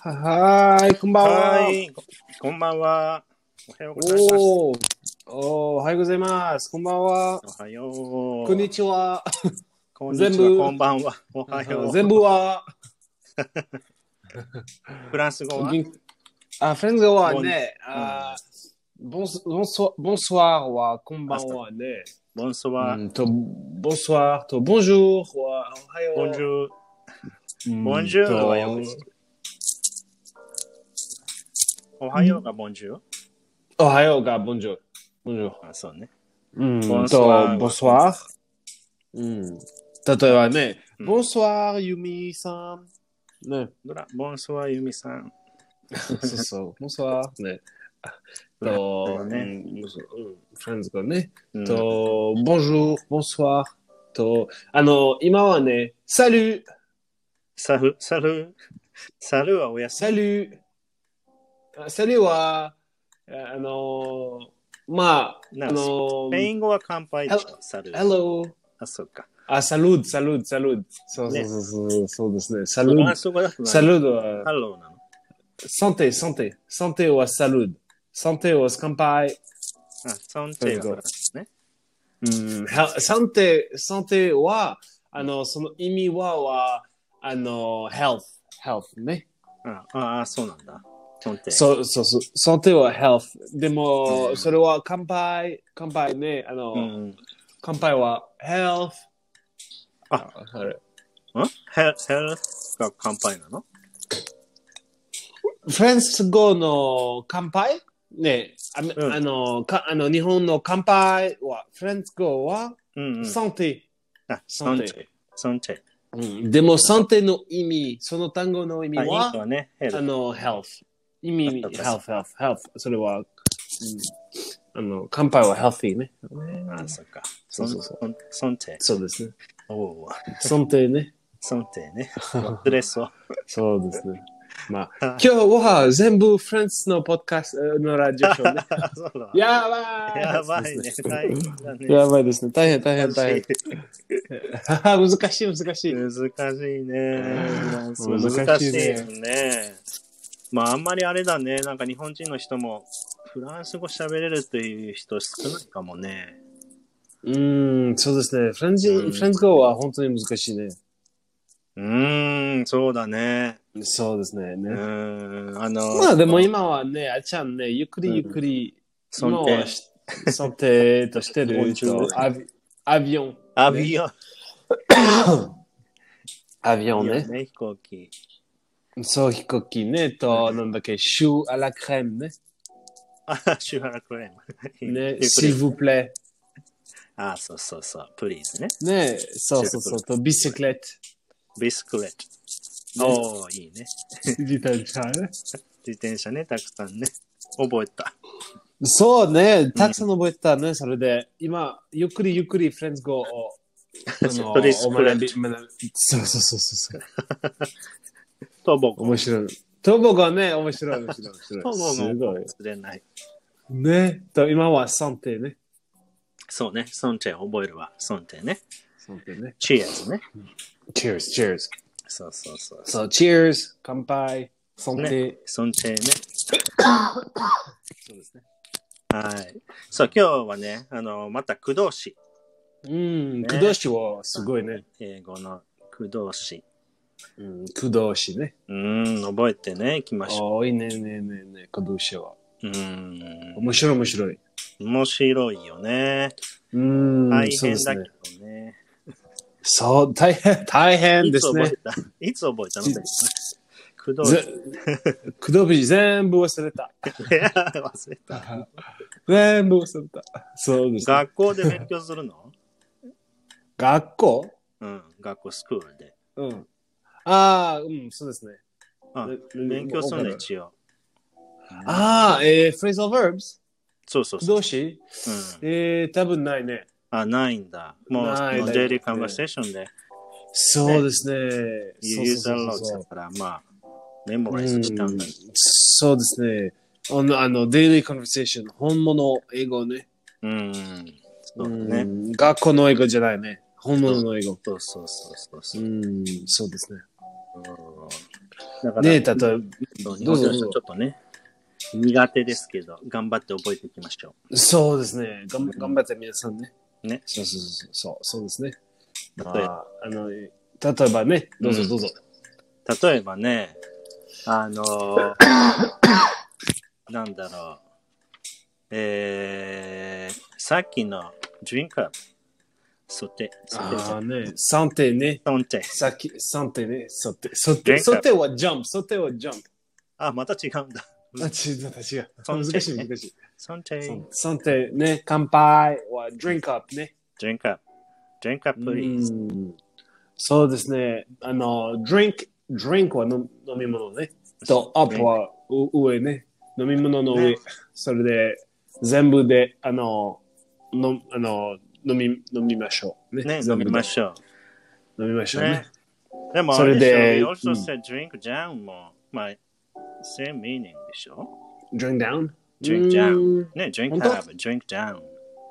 はーい、こんばんは。はい。こんばんは。おはようございます。おーおー、おはようございます。こんばんは。おはよう。こんにちは。こんにちは。全部こんばんは。おはよう。全部は、フランス語は元気あ、フレンズはね、あボンスボンソボンソワーは、こんばんはね。ボンソワう。んと、ボンソワーと、ボンジューは、おはよう。ボンュジュー。ー。ボンジュールはよく聞おはようがボンジュー。おはようが、ボンジュー。ボンジュー。あ、そうね。うんボンソワーと、ボンソワー。うん。例えばね、うんボンソワー、ユミさん。ね。ほら、ボンソワユミさん。そうそう。ボンソワー。ね。そと、うね、うねん、フレンズがね。うんと、bonjour、bonsoir。と、あの、今はね、salut、サル、サル、サルはおやすみ。 salut。あ salut は、あの、まあ、あなんかのス、ペイン語は乾杯でしょ。サル。 hello。あ、そっか。あ、サルード、サルード、サルード。そうそうねそうそう、そうですね。サルフーランド。ス語だとサ何ルードは、ハローなの。 santé、santé。santé はサルード。santé は乾杯。あ、サンテイがフランスね。うん、santé、santé は、あの、その意味は、は、あの、health、health ね。ああ、そうなんだ。サンテイ。そうそうそう。santé は health。でうも、んそれは乾杯、乾杯ね。あの、うん。乾杯は health。あ、あれ。んヘヘルスが乾杯なのフランス語の乾杯ねあ,、うんあのかあの日本の乾杯はフランス語はうんうん。 santé、あ、ササンンテテイイ。サンテでも santé の意味その単語の意イ。味あ、いいはのね。ヘあル。の health 意味あそう health か health health それは、うんあの乾杯は healthy ねあ、そっか。そそううそそそううそう。サンテイ。そうですねおお。 santé ねサンテイね。忘れ そう。そうですねまあ今日は全部フランスのポッドキャストのラジオショーねそう だ。やばいやばいね。大変だね。やばいですね。大変、大変、大変。難難しい、難しい。しいね。難しいね難しいね。まあ、あんまりあれだね。なんか日本人の人も、フランス語喋れるという人少ないかもね。うん、そうですね。フランス、うんフランス語は本当に難しいね。うーん、そうだね。そうですね。うねーん、あの、まあでも今はね、あちゃんね、ゆっくりゆっくり、そ今のはし、ソテーとしてるボン人ジュールアビ、アビオン。アビオン、アビオいンいよね。ね、飛行機。そう、飛行機ね、と、なんだっけ、シューアラクレームね。あ、 シュハラクレーム。 ね、ゆっくシりルブプレあ、そうそうそう、プリーズね。イ。ね、そうそうそう、と、ビシクレット。 ビスクレット。ねおー、いいね。自転車ね。自転車ね、たくさんね。覚えた。そうね、たくさん覚えてたね、それで、今、ゆっくりゆっくりフレンズ 語を、あのプリスクレッお学びそうそうそうそう。トボゴン。面白い。トボがね、面白い、面白い、面 ト白ボゴい。すンごもい。忘れない。ね、と今はサンテね。そうね、ソンテ覚えるわ。ソンテね。サンテね。チェアーズね。 Cheers, cheers. そうそうそう。 So, cheers, 乾杯、サンテ。ね、ソンテね。そうですね。はい。そう、今日はね、あの、また駆動詞。うん、ね駆動詞はすごいね。英語の駆動詞。うん、駆動詞ね。うーん、覚えてね、行きましょおーいいねねねね、駆動詞は。う。うーん、面白い、面白い。面白いよね。うん、大そう変ですだね。けどね。そう、大変、大変いでつす覚ねえ。たいつ覚えたのじ駆動詞。ぜくどぶじ全部忘れた。 忘れた。全部忘れた。そうです、ね。学校で勉強するの学校うん、学校、スクールで。うん。ああ、うん、そうですね。あね勉強するの、ね一応。ああ、えー、phrasal verbs? そうそうそう。動詞うん、えー、多分ないね。あ、ないんだ。もう、ないだよデイリーカンバセーションで、そうですね。 You そうそ use a うそう lot そだうから、まあ、メモライうズんしたんだ。そうですね。あの、あの、daily conversation、本物英語ね。うん、そうだうね。ん学校の英語じゃないね。本物の英語。そうそうそうそううそう。ん、そうですね。うんだから、ね例えば、そう日どう本ぞ人の人はちょっとね、苦手ですけど、頑張って覚えていきましょそうですね。がん頑張って皆さんね。ねそうそうそうそう。そうですね。う。ま例えばあ、あの、例えばね、どうぞどうぞ。例えばね、あのーなんだろう、えー、さっきの drink up、ソテ、ソテ、ああね、三手ね。ソンテ。さっき、三手ね。そって、そっ前て、回そってはジャンプ。そってはジャンプ。あ、また違うんだ。あ、違う、違う。三難手しい、難しい。ソンテ、三手ね、乾杯は、drink up ね。 drink up、drink up please。うんそうですね。あの、drink、drink は飲飲み物ね。と、up はう上ね。飲み物の上。ねそれで、全部で、あの、のあの飲み、飲みましょう。ね、飲みましょょう。飲みましう。ょうねね。。でも、それであれしうょん we also said drink down も、まあ、same meaning でしょ drink down? drink う down ん。ね、drink 本当 up, drink down。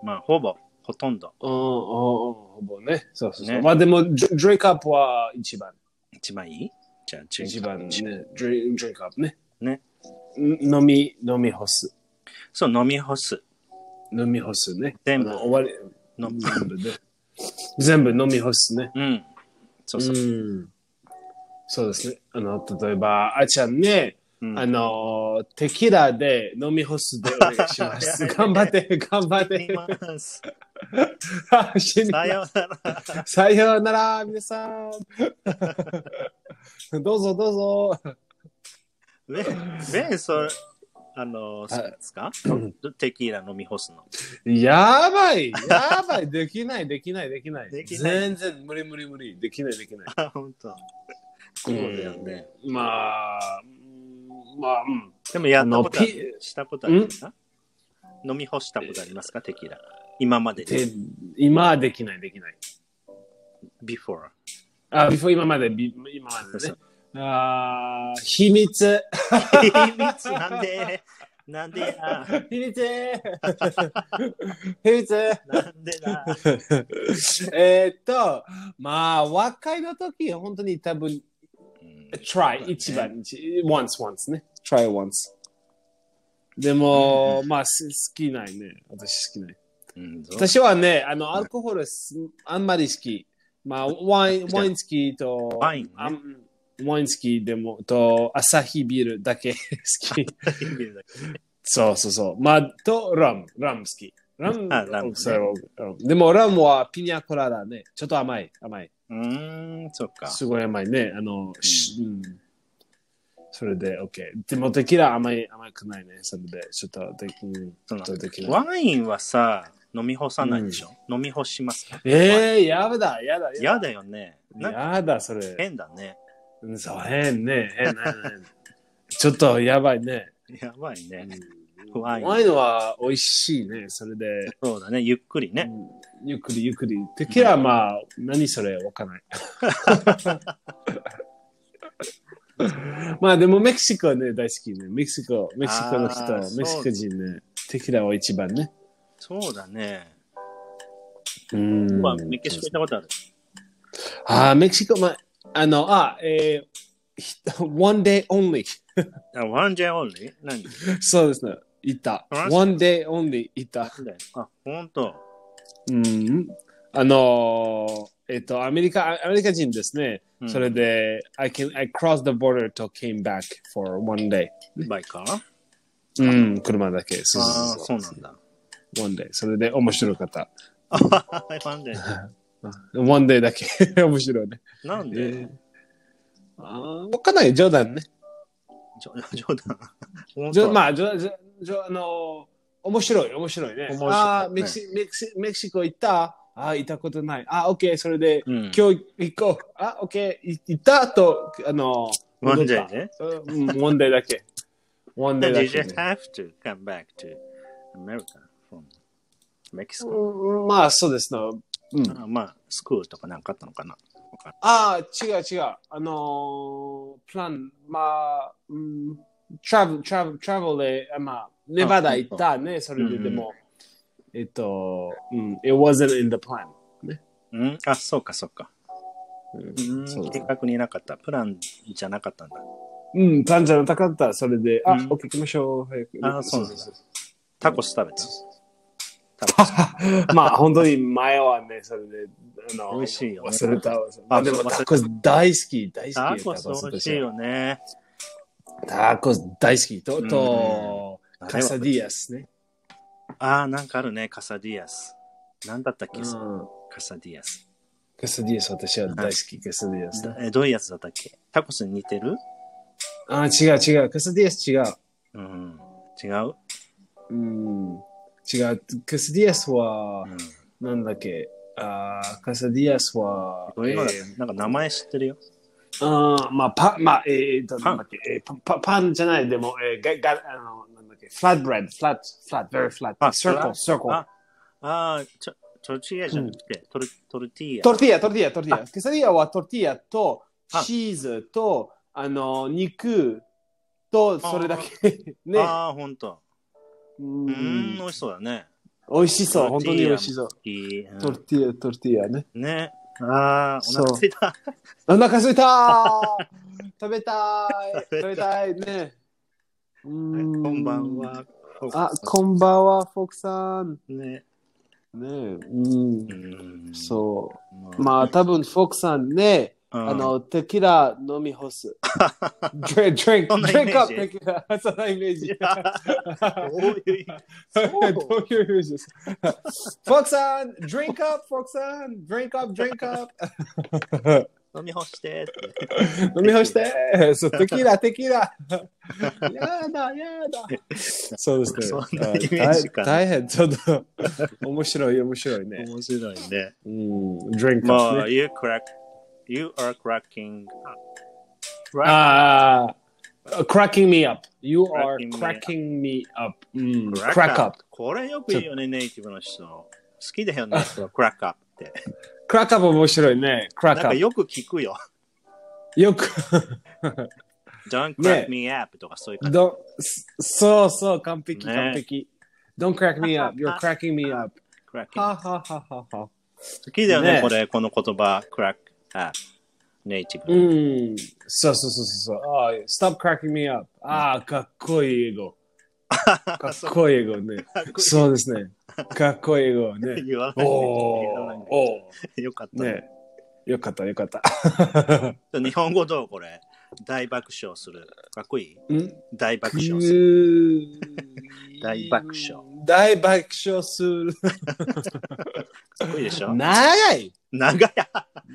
まあ、ほぼ、ほとんど、うん、ほぼね。そうそうそう。ねまあでも、ドドリンクアップは一番。一番いいじゃあ、drink up 一番ね。ドリンドリンクアップね。ねん。飲み、飲み干す。そう、飲み干す。飲み干すね。全部あの終わり。飲む全部ね。全部飲み干すね。うん。そうそう。うん。そうですね。あの、例えば、あちゃんね、うんあの、テキーラで飲み干すでお願いします。頑張って、頑張っ飲て。みます。 死にまさすようなら。さようなら、皆さん。 どうぞどうぞ。ね、ね、それ、あの、そうですか テキーラ飲み干 すの。やばい、やばい、できない、できない、できない。できない全然無理無理無理、できない、できない。あ、本当。そうだよね。まあ、うんまあ、うん。でも、やったことああるしたことありますか飲み干したことありますかテキーラ。今まででて。今はできない、できない。 before。あ、before 今まで、び今までね。あー秘密。 秘密なんで、なんでや、秘密秘密なんでな。えーっと、まあ、若いの時、本当に多分、うん、 try、ね一番、一 once, once ね。try once。でも、まあ、す好きないね。私好きない。うんそう私はね、あの、アルコールすあんまり好き。まあ、ワイン、ワイン好きと、ワインねあんワイン好きでも、と、アサヒビールだ け好き。そうそうそう。まあ、と、ラム、ラム好き。ラム、あラムねそれはうんでも、ラムはピニャコラダね。ちょっと甘い、甘い。 うーん、そっか。すごい甘いね。あの、しうん、それで、OK。でも、テキーラ甘い、甘くないね。それで、ちょっとでき、うんちそょのっとできない。ワインはさ、飲み干さないでしょ、飲み干しますかえー、やだ、やだ、嫌だよね。なんかやだ、それ。変だね。うんそう、変ね、変、変、変。ちょっとやばいね。やばいね。うんワインワインは美味しいね、それで。そうだね。ゆっくりね。うんゆっくりゆっくり。テキーラはまあ、何それわかんない。まあでもメキシコはね、大好きね。メキシコ、メキシコの人あー、メキシコ人ね。テキーラは一番ね。そうだね。うんまあ、メキシコ行ったことある。あーメキシコ、まあ、あの、あ、えーひ one day only。あ、ワンジェオンリー何そうですね。行ったあ。 one day only 行った。あ、ほんと。うん。あのー、えっと、アメリカ、アメリカ人ですね。うんそれで、I can, I crossed the border to came back for one day. バイカーうん、車だけ。そうああ、そうそそうう。なんだ。 one day。それで面白かった。あははなんで one day だけ。 面白いね。なんえでーあーわかんない。冗談ね。じょ冗談。ほんじょとまあ、じょじょじょあのー、面白い、面白いね。面白いねああ、メキシメキシメキシコ行ったああ、行ったことない。ああ、オッケー、それで、うん今日行こう。あ、オッケー、い行ったと、あの、ワン戻ジったェね。うん、ワンデーだけ。ワンデー Then だ you け just ね、 have to come back to America from Mexico. うんまあ、そうですね。うん、あまあ、スクールとかなんかあったのかな。わかんないああ、違う違う。あのー、プラン、まあ、うん、トラブル、トラブル、トラブルで、あまあ、ネバダ行ったね、それで、うんでも、えっと、うん、it wasn't in the plan. うん、あ、そうか、そうか。うん、そうだ計画になかった。プランじゃなかったんだ。うん、単じゃなかった。それで、あ、うんオッケー行きましょう。早くあそうなんだそうタコス食べた。そう まあ、本当に前はね、それで、あの、美味しいよね忘れた。忘れたああ、でもタコス大好き、大タ好きよ。コス美味しいよね。タコス大好き。と、うんと、カサディアス。スね。ああ、なんかあるね、カサディアス。なんだったっけ、うんカサディアス。カサディアス、私は大好き、カサディアス。えどういうやつだったっけタコスに似てるあ、違う違う。カサディアス違う。うん。違う、うん。違う。カサディアスはう、ん、なんだっけ。あーカサディアスは、どういうのだっけえーなんか名前知ってるよ。あーまあ、パン、まあ、えー、と、パなンんだっけ、えーパンパパンじゃない、でも、えー、が、が、あの、なんだっけ、フラットブレッド、フラット、フラット、very flat、あ circle、circle。ああー、ちょ、トルティーヤじゃなくて、トル、トルティーヤ。トルティア、トルティア、トルティア。ケサディアはトルティアとあチーズと、あの、肉と、それだけ。 ね。ああ、ほんと。ううーん、ん美味しそうだね。美味しそう、ト本ルテ当ィーに美ヤも味しそう。いいうんトルティア、トルティアね。ね。ああ、お腹すいた。お腹すいたー 食べたい食べ食べたいね。ここんばん。は。あ、こんばんは、フォークさん。ね。ねうんう。んそうう。まあ、た、多分フォークさんね、うんあ、の、テキラ飲み干 す。drink, drink, そんなイメージ drink up, テキラ。そんなイメーいジや。どういう意味そうどういうイメージです フォークさん、drink up, フォークさん、drink up, drink up. 飲み干してって。飲み干して、そうテキラ、テキ ラ。やだ、やだ。 そうですね。そんなイメージかあ大大変、ちょっ と、面白い、面白いね。面白いね。うん、drink up まあ、ね。 you crack, you are cracking. ああ、cracking Ah, me up. You are Cracking cracking me me up. うん、 Crack crack up. これよく言うよね、ネイティブの人。好きだよ ね、その crack up って。 crack up 面白いね。なん crack か up。よく聞くよ。よく、 Don't ね crack me up とかそういう感じ。どそうそう、完璧、ね完璧。Don't crack me up. You're cracking me up. cracking ははははは。好きだよね、ねこれ、この言葉、crack up。ネイティブ。うん。そうそうそうそう。ああ、stop cracking me up. ああ、かっこいい英 語。かっこいい英語ね。そうですね。かっこいい英語ね。 言わおないでお。およかっーたね。ね。よかった、よか った。日本語どうこれ。大爆笑する。かっこいいん大爆笑する。大大爆笑。大爆笑する。かっこいいでしょ長い長い。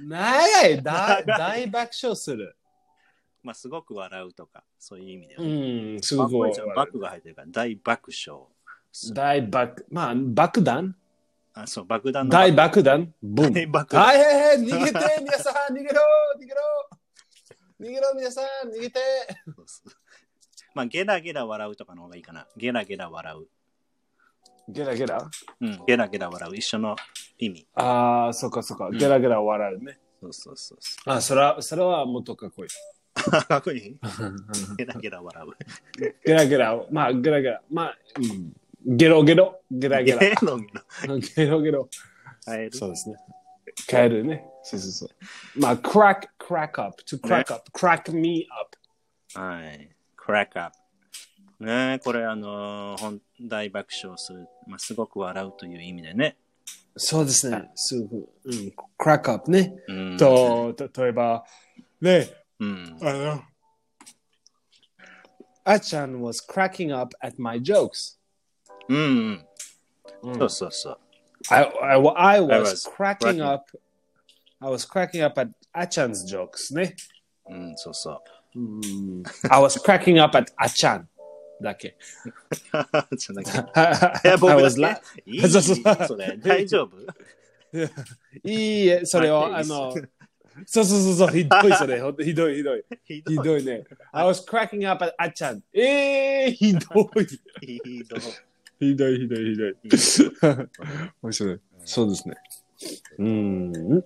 長い大長い大爆笑する。まあ、すごく笑うとか、そういう意味で。うかっん、すこごいいいじゃ。ん。バックが入ってるから、大爆笑。大爆、まあ、爆弾あ、そう、爆弾の大爆弾ブン大。爆弾。はいはいはい、逃げて、皆さん、逃げろ、逃げろ。逃げろ、皆さん、逃げて。まあ、ゲラゲラ笑うとかの方がいいかな。ゲラゲラ笑う。ゲラゲラうん、ゲラゲラ笑う。一緒の意味。ああ、そっかそっか、んゲラゲラ笑うね。そうそうそう そあそれは、それはもっとかっこいい。う。かっこいいゲラゲラ笑う。 ゲラゲラ、まあ、ゲラゲラ、まあ、うんゲロゲロ、ゲラゲゲ ラ、ロゲ ロ。ゲロゲロ。カエルそうですね。変えるね。そうそうそう。まあ、crack, crack up, to crack up, crack me up. はい。クラックアップ。ねえこれあのーほん大爆笑する、まあ、すごく笑うという意味でね。そうですね。すぐ、うん、crack mm, up ね。うん。と、例えば、ね、うん。あの、あちゃん was cracking up at my jokes. うん、うん。うんそうそうそ Mm. う。I, I, I was I was cracking cracking up. I was cracking up at あちゃん 's jokes ね。うん、そうそう。 I was cracking up at あちゃんだけ。じゃなくて。い I や、僕だ was け la- いいそうそうそうそれ、大 丈夫いいえ、それを、まああの、そうそうそうそう、ひどいそ れ、ほんとひどいひどい。ひどひい。どいね。I was cracking up at あちゃん。えー、ひどい。ひどい。ひどいひどいひどい。面白い。そうですね。うん。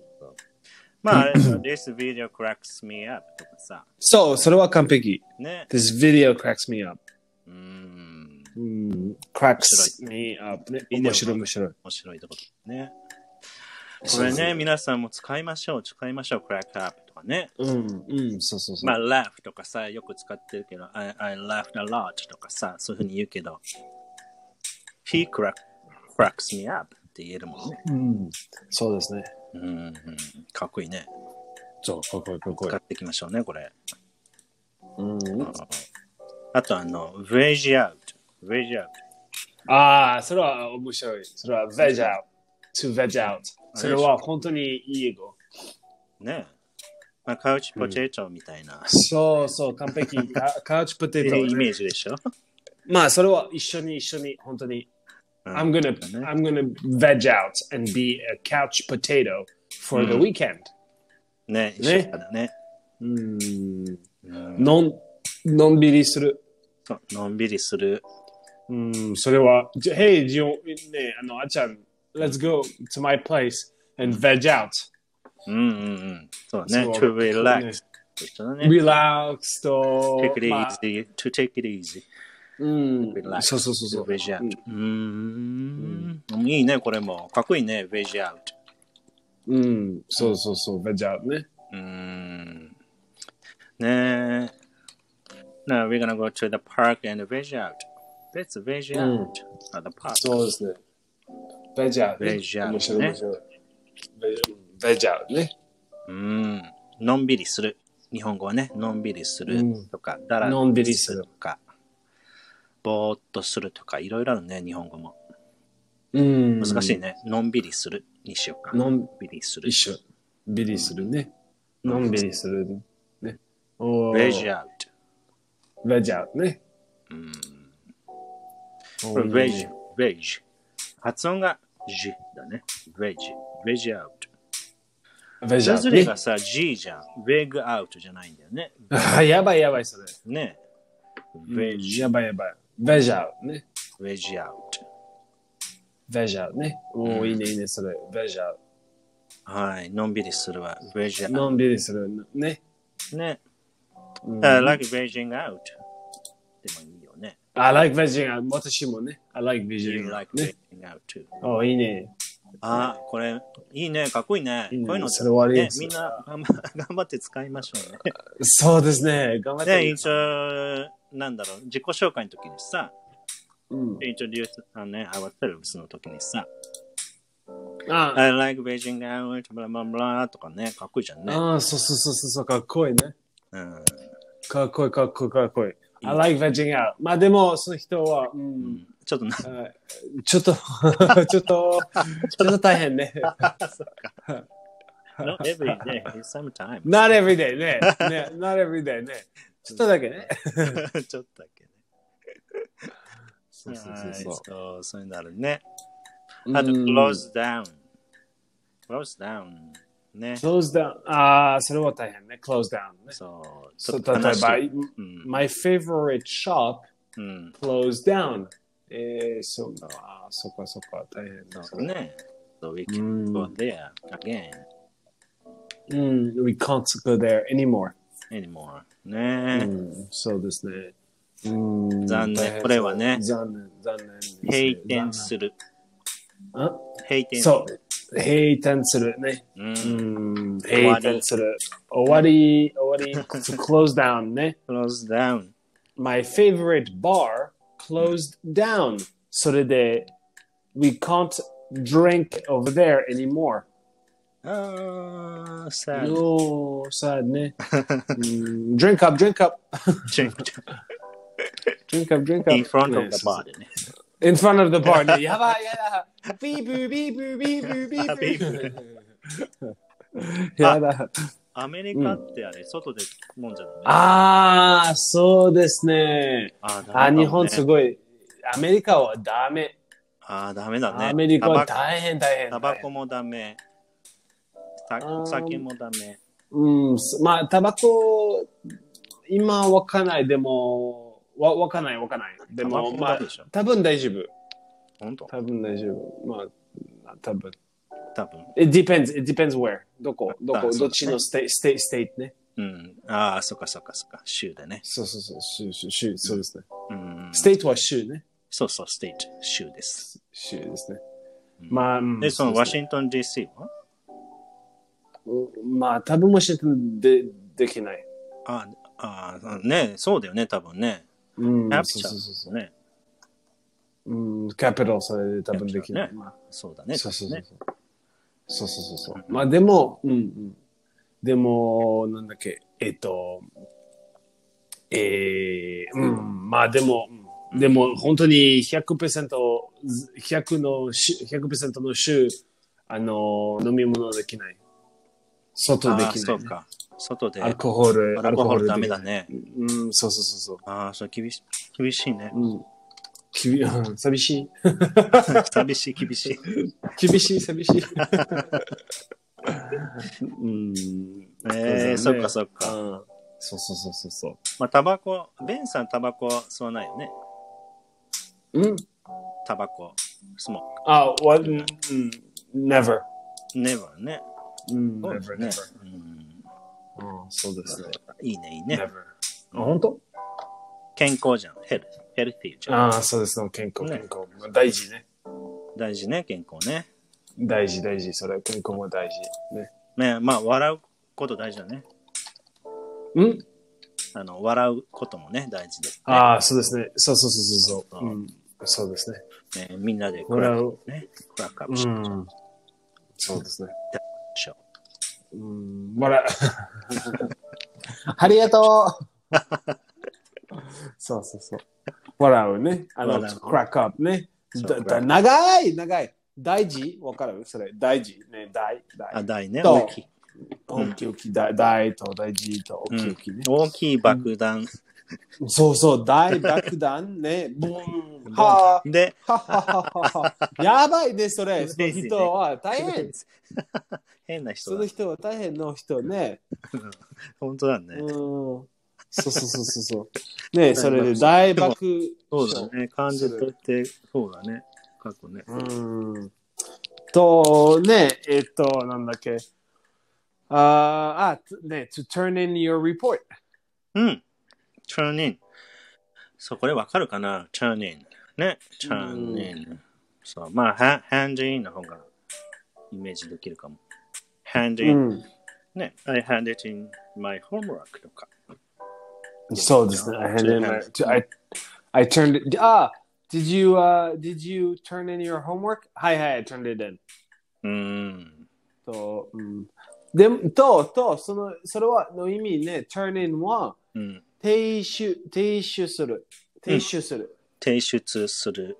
まあ、あれでしょ This video cracks me up とかさ。そう、それは完璧。ね。 This video cracks me up. うん。うん。cracks me up ね。面白い面白い。面白いところね。これね、皆さんも使いましょう、使いましょう、クラックアップとかかね。うん、うん、そうそうそう。まあ、laugh とかさ、よく使ってるけど、I, I laughed a lot とかさ、そういうふうに言うけど、he crack, cracks me up って言えるもんね。うん、そうですね。うんうん、かっこいいね。そう、かっこいい、かっこいい使。っていきましょうね、これ。うん、あと、あの、veg out。veg out。ああ、それは面白い。それは veg out。to veg out。それは本当にいい英語。ねまあ、カウチポテトみたいな、そうそう、完璧。カカウチポテト。イメージでしょ。まあ、それは一緒に一緒に、本当に。うん、 I'm gonna, ね I'm gonna veg out and be a couch potato for the うん weekend. ね一緒だね。うん。うんのん、のんびりする。そうのんびりする。うん、それは。じゃ Hey, do you, ねあの、あっちゃん、let's go to my place and veg out. うんうんうん。そうね。そう to relax. 一緒だね。 relax と、 take it まあ easy. To take it easy. うん、 relax そうそうそうそう。 veg うん out. うーん。いいね、これも。かっこいいね、veg out. うん、そうそうそう、ベジャーね。うーん。ねえ。Now we're gonna go to the park and veg out. Let's veg うん out at the park. そうですね。ベジャーね。ベジャーね面白い面白い。ベベジャーね。うん。のんびりする。日本語はね、のんびりするとか、だらのんびりするとか、ぼーっとするとか、いろいろあるね、日本語も。うん。難しい。ね。のんびりするにしようか。のんびりする一。緒。ビリするね。のんびりするね。おベジー。アウベジャーね。ト。うん。おこれ、ー Hmm. veg、veg。発音が G だね。veg、veg out。ベジそャれぞれーねが。さ、G じゃん。veg out じゃないんだよね。あ やばいやばいそれ。ね。うん veg、やばいやばい。ベジャーね。 veg out。ベジャーね。おうおんいいねいいねそれ。ベジャはい。のんびりするは veg ー。 out。のんびりするね。ね。うん I like vegging out。でもいいよね。 I like vegging out. 私もね。I like vegging You out. like ね vegging。out too。おいいね。あ、これ、いいね。かっこいいね。いいねこういうの、それ悪いねで、すみんな頑張 頑張って使いましょ うね。そうですね。頑張って。ね、一応、なんだろう、自己紹介の時にさ、うん、 introduce あのね、ourselves の時にさ、あ、 I like Beijing out, blah blah blah とかね、かっこいいじゃんね。ああ、そうそうそうそうそう、かっこいいね。うん。かっこいい、かっこいい、かっこいい。い I like vegging out. まあでも、その人は、う、うんんちょっとな、あちょっと、 ちょっと、ちょっと大変ね。 not every day, sometime. Not every day ね。ね Not every day ね。ちょっとだけね。ちょっとだけね。そうはいそう、そういうのあるね。うあと、うん close down. close down. ね。 Close down. ああ、それは大変ね。Close down ね。そう、ちそょうっと例えば悲しい、うん。 My favorite shop うん。 closed down. Eh, えー、そうだ。あーそっかそっか、大変だ。そうね。So we う can ん go there again うん、we Mm, can't go there anymore. Mm, anymore. うね。ん、そうですね。うん残念大変これはね残念、残念ですね。閉店する。残念。あ閉店する。そう、閉店するね。う。うん。うん、終わ閉り店する。終わり、終わり、to close down ね。 close down. My favorite bar closed down. それで、we can't drink over there anymore. ああ、さあ、よー、sad ね。 うん、drink up, drink up, drink up, drink up. in front of ね the bar でね。 In front of the bar ね。やばい、やだ。ビーブー、ビーブー、ビーブー、ビーブビー。やだ。アメリカってあれ、外で飲んじゃダメ。ああ、そうですね。あー、ダメあ、だね日本すごい。アメリカはダメ。あー、ダメだね。アメリカはタ大変、大変。バタバコもダメ。さあーお酒もダメ。うん、すまあ、タバコ、今わかんない。でも、わわかんない、わかんない。でタバも、コまダあメでしょ、多分大丈夫。本当多分大丈夫。まあ、多分。多分。 It depends, it depends where. どこ、どあそこ、うだねどっちのステイ、ステイ、ステイね。うん。ああ、そっかそっかそっか。州でね。そうそうそう、州、州、州、そうですね。うん。ステイトは州ね。そうそう、ステート、州です。州ですね。うんまあ、うんで、そのワうシントン DC はうまあ、多分もしてでできない。ああ、ね、そうだよね、多分ね。うん、キャプそチうャそうそうーね。そう。うん、キャピタルそれで多分できない。キャプチャーねまあそうだね。そうそうそうね。そう。そうそうそうそう。まあでも、うんうん。でも、なんだっけ、えっと、えー、うん、まあでも、うんでも本当に100%、100のし、100%の週、あの、飲み物できない。外であきそなうい。か。外で。アルコホール、アルコホールでダきなメいだ。ね。うん、そうそうそうそああ、そう、厳し い。厳しいね う。。うん。きび寂しい。寂しい、厳しい。厳しい、寂しい。 うん。えー、そっかそっか。うんそうそうそうそうそまあ、タバコ、ベンさんタバコ吸わないよね。う。うんタバコ、スモあ、わ、うん、never. ーク。ネバーね。うん、そうです never, ね never. うんうん、そうですね。いいね、いいね never。。あ、本当健康じゃん。ヘル、ヘルティーじゃん。ああ、そうですね。健康、ね健康。まあ大事ね。大事ね、健康ね。大事、大事。それ、健康は大事。ね。ね、まあ、笑うこと大事だね。うんあの、笑うこともね、大事で、ね。ああ、そうですね。そうそうそうそうそう。うん、そうですね。ねみんなでクラッ笑クう。ね、クラックアッうプしましょう。ん。そうですね。しょうん、笑う。ありがとうそうそうそう。笑うね。あの、笑うクラックアップね。そうだクラッだ長い、長い。大事わかるそれ、大事。ね、大、あ、大。大ね、と大きい。大きい、大きい、大大と大事とう大きい、ん大きいね。大きい爆弾。そうそう、大爆弾 ね。ボーン。はで、あ、はあはあはあはあやばいね、それ。そのですね人は大変。変な人そのだ。人は大変の人ね。本当だうね。んそうそうそうそうそう。ねそれで大爆そうだね。感じ取って、そうだね。過去ね。うん。と、ねえっと、なんだっけ。あーあ、ね、to turn in your report。うん。turn in。そう、これわかるかな ?turn in。ね。turn in。そう、まあ、は hand in の方がイメージできるかも。hand う in。ん。ね。I hand it in my homework とか。そうですね。I, had in my- I, I turned it. あ did you, uh, did you turn in your homework? はいはい、I turned it in. うん。と、うん。でも、と、と、その、それは、の意味ね、turn in は、うん。提出、提出する。提出する。提出する。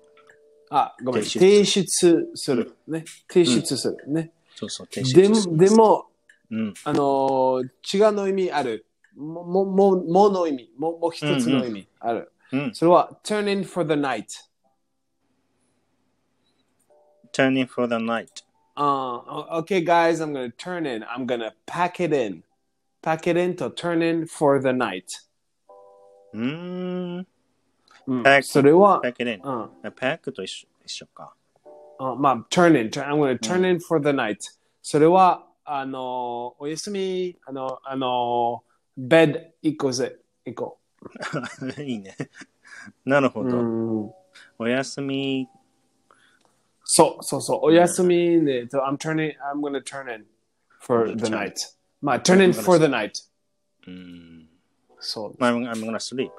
あ、ごめん。提提出する。ね。提出する。ね。そうそう、提で出すも、る。でも、うん。あのー、違うの意味ある。も、も、も、もの意味。も、もう一つの意味ある。うん。それは、turn in for the night。 turn in for the night. あー okay, guys, I'm gonna turn in. I'm gonna pack it in. pack it in と turn in for the night。うーん。うん Pack- それは、 pack it in. うん pack と一緒一緒か。 あまあ、turn Uh, in, turn, I'm Mm. gonna turn in for the night. それは、あのー、おやすみ、あの、あのー、bed 行こうぜ、行こいいね。なるほう。ど。うんおやすみ。そうそうそう、おやすみね。So I'm turning, I'm gonna turn in for the night. まあ、turn in for the night. うん。そう。 I'm, I'm gonna sleep.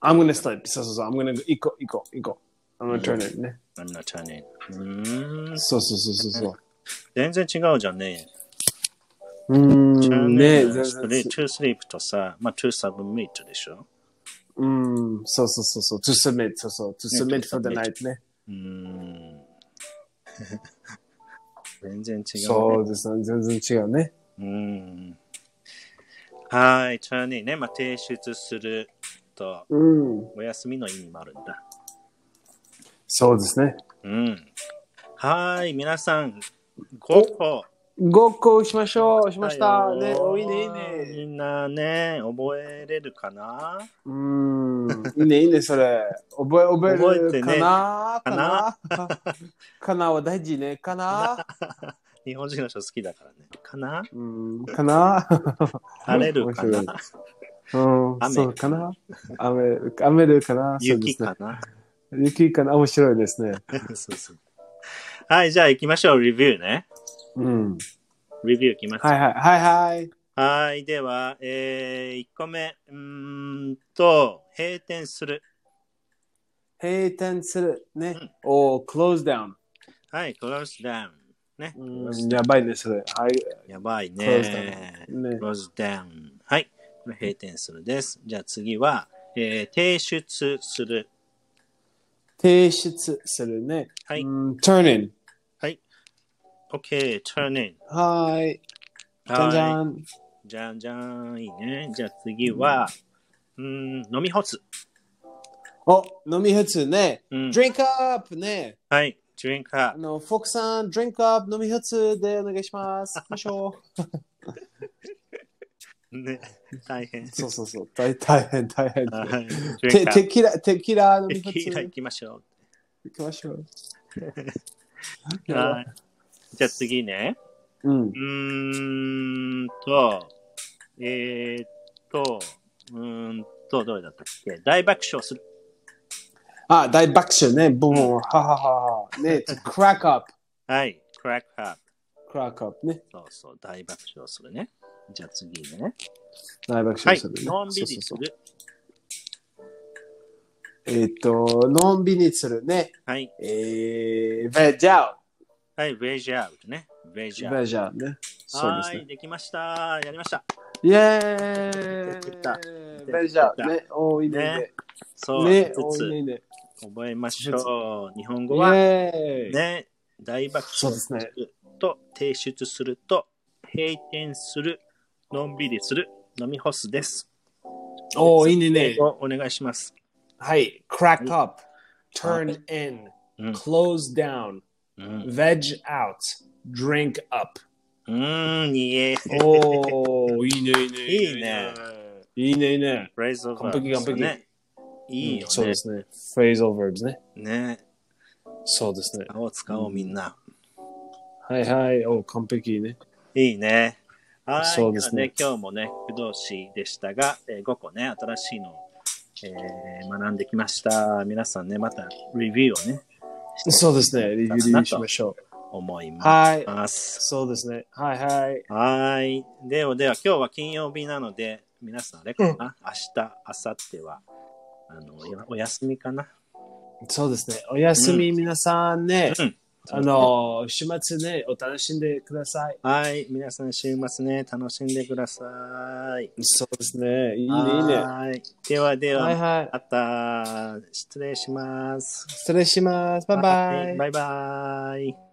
I'm gonna sleep. そうそうそう、I'm gonna 行こう、行こう、行こう。I'm gonna turn in ね。 I'm not turning. うーん。そうそうそうそうそ全然違うじゃんね。う。う turn ー in ん、ね、全 to 然 sleep, to sleep とさ、まあ to submit でしょ。うん、そうそうそうそう、to submit, そうそう、to submit for the night ね。うーん。全然違う、ね。そうですね、全然違うね。う。ん。はい、turn in ね。まあ提出すると、うん。おやすみの意味もあるんだ。そうですね。うん。はい、皆さん、5個。ごっこしましょう。しました。だね、よおいいね、いいみね。んなね、覚えれるかなうーん、いいね、いいね、それ。覚え、覚える覚えてかねな、かなかなは大事ね。かな日本人の人好きだからね。かなうん、かな 晴れるかな面白いうん、雨そうかな雨、雨るかなそうで雪すねか。な雪かな面白いですね。 そうそうはい、じゃあ行きましょう、レビューね。うん。レビュー来ました。はいはい。はいはい。はい、では、えー、1個目、うーんと、閉店する。閉店する。ねうん。お、close down。はい、クロスダウン。ね、うんやばいね、それ。はい。やばい close ね。 down ねクロスダウン。はい、これ閉店するです。じゃあ次は、えー、提出する。提出するね。はいうん、turn in。はい。OK、turn in。はい。じゃんじゃはいん。じゃんじゃん。いいね。じゃあ次は、うーん、飲み干す。お、飲み普通ね。うん、 drink up ね。はい、drink あ up。の、フォークさん、drink up 飲み普通でお願いし ます。行きましょう。ね、大変。そうそうそう。大大変、大変。はいて drink up テキラ、テキラ飲み普テキ通ーラ行きましょ行きましょう。う。はい。じゃあ次ね。うんう。ーんと、えー、っと、うーんと、どれだったっけ大爆笑する。あ、大爆笑ね。ボンボン。はははは。ね、crack up。はい。クラックアップ。 crack up ね。そうそう。大爆笑するね。じゃあ次ね。大爆は笑いする。。ねのんびりそうすそうそうる。えっと、のんびりするね。はい。えー、veg out。はい。ベージュアウトね。ベージュアウ veg out ね。ト。そうではすい。ね。できました。やりました。イェーイできた veg out ね。おー、いいねね。そう。ね、 5おー、いついね。覚えましょう。日本イ語は、ェーイ。ね、大爆笑すそうると、提出すると、閉店する、のんびりする、飲み干すです。おー、いいね英。語お願いします。はい。crack up, turn in, うん。 close down, うん。 veg out, drink up. Oh, うん、いいえ。おー、いいね、いいね。いいね。いいね、いいね。フレーズオブ完璧完璧ね。いいよそうねで。すね。phrasal verbs ね。ね。そうですね。使おう、使おう、みんな。はいはい。お、完璧ね。いいね。はい。そうですねでは今日もね、駆動詞でしたが、えー5個ね、新しいのを、えー学んできました。皆さんね、またレビューをね、そうですね。リビューしましょう。思いまはい。す。そうですね。はいはい。はい。ではでは、今日は金曜日なので、皆さんあれかな、明日、明後日は、あの、おお休みかなそうですね。おやすみ、皆さんね。うんあの、週末ね、お楽しんでください。はい。皆さん、週末ね、楽しんでください。そうですね。いいいね、いいね。はい。ではでは、はいはい。また、失礼します。失礼します。バイバイはい。バイバイ。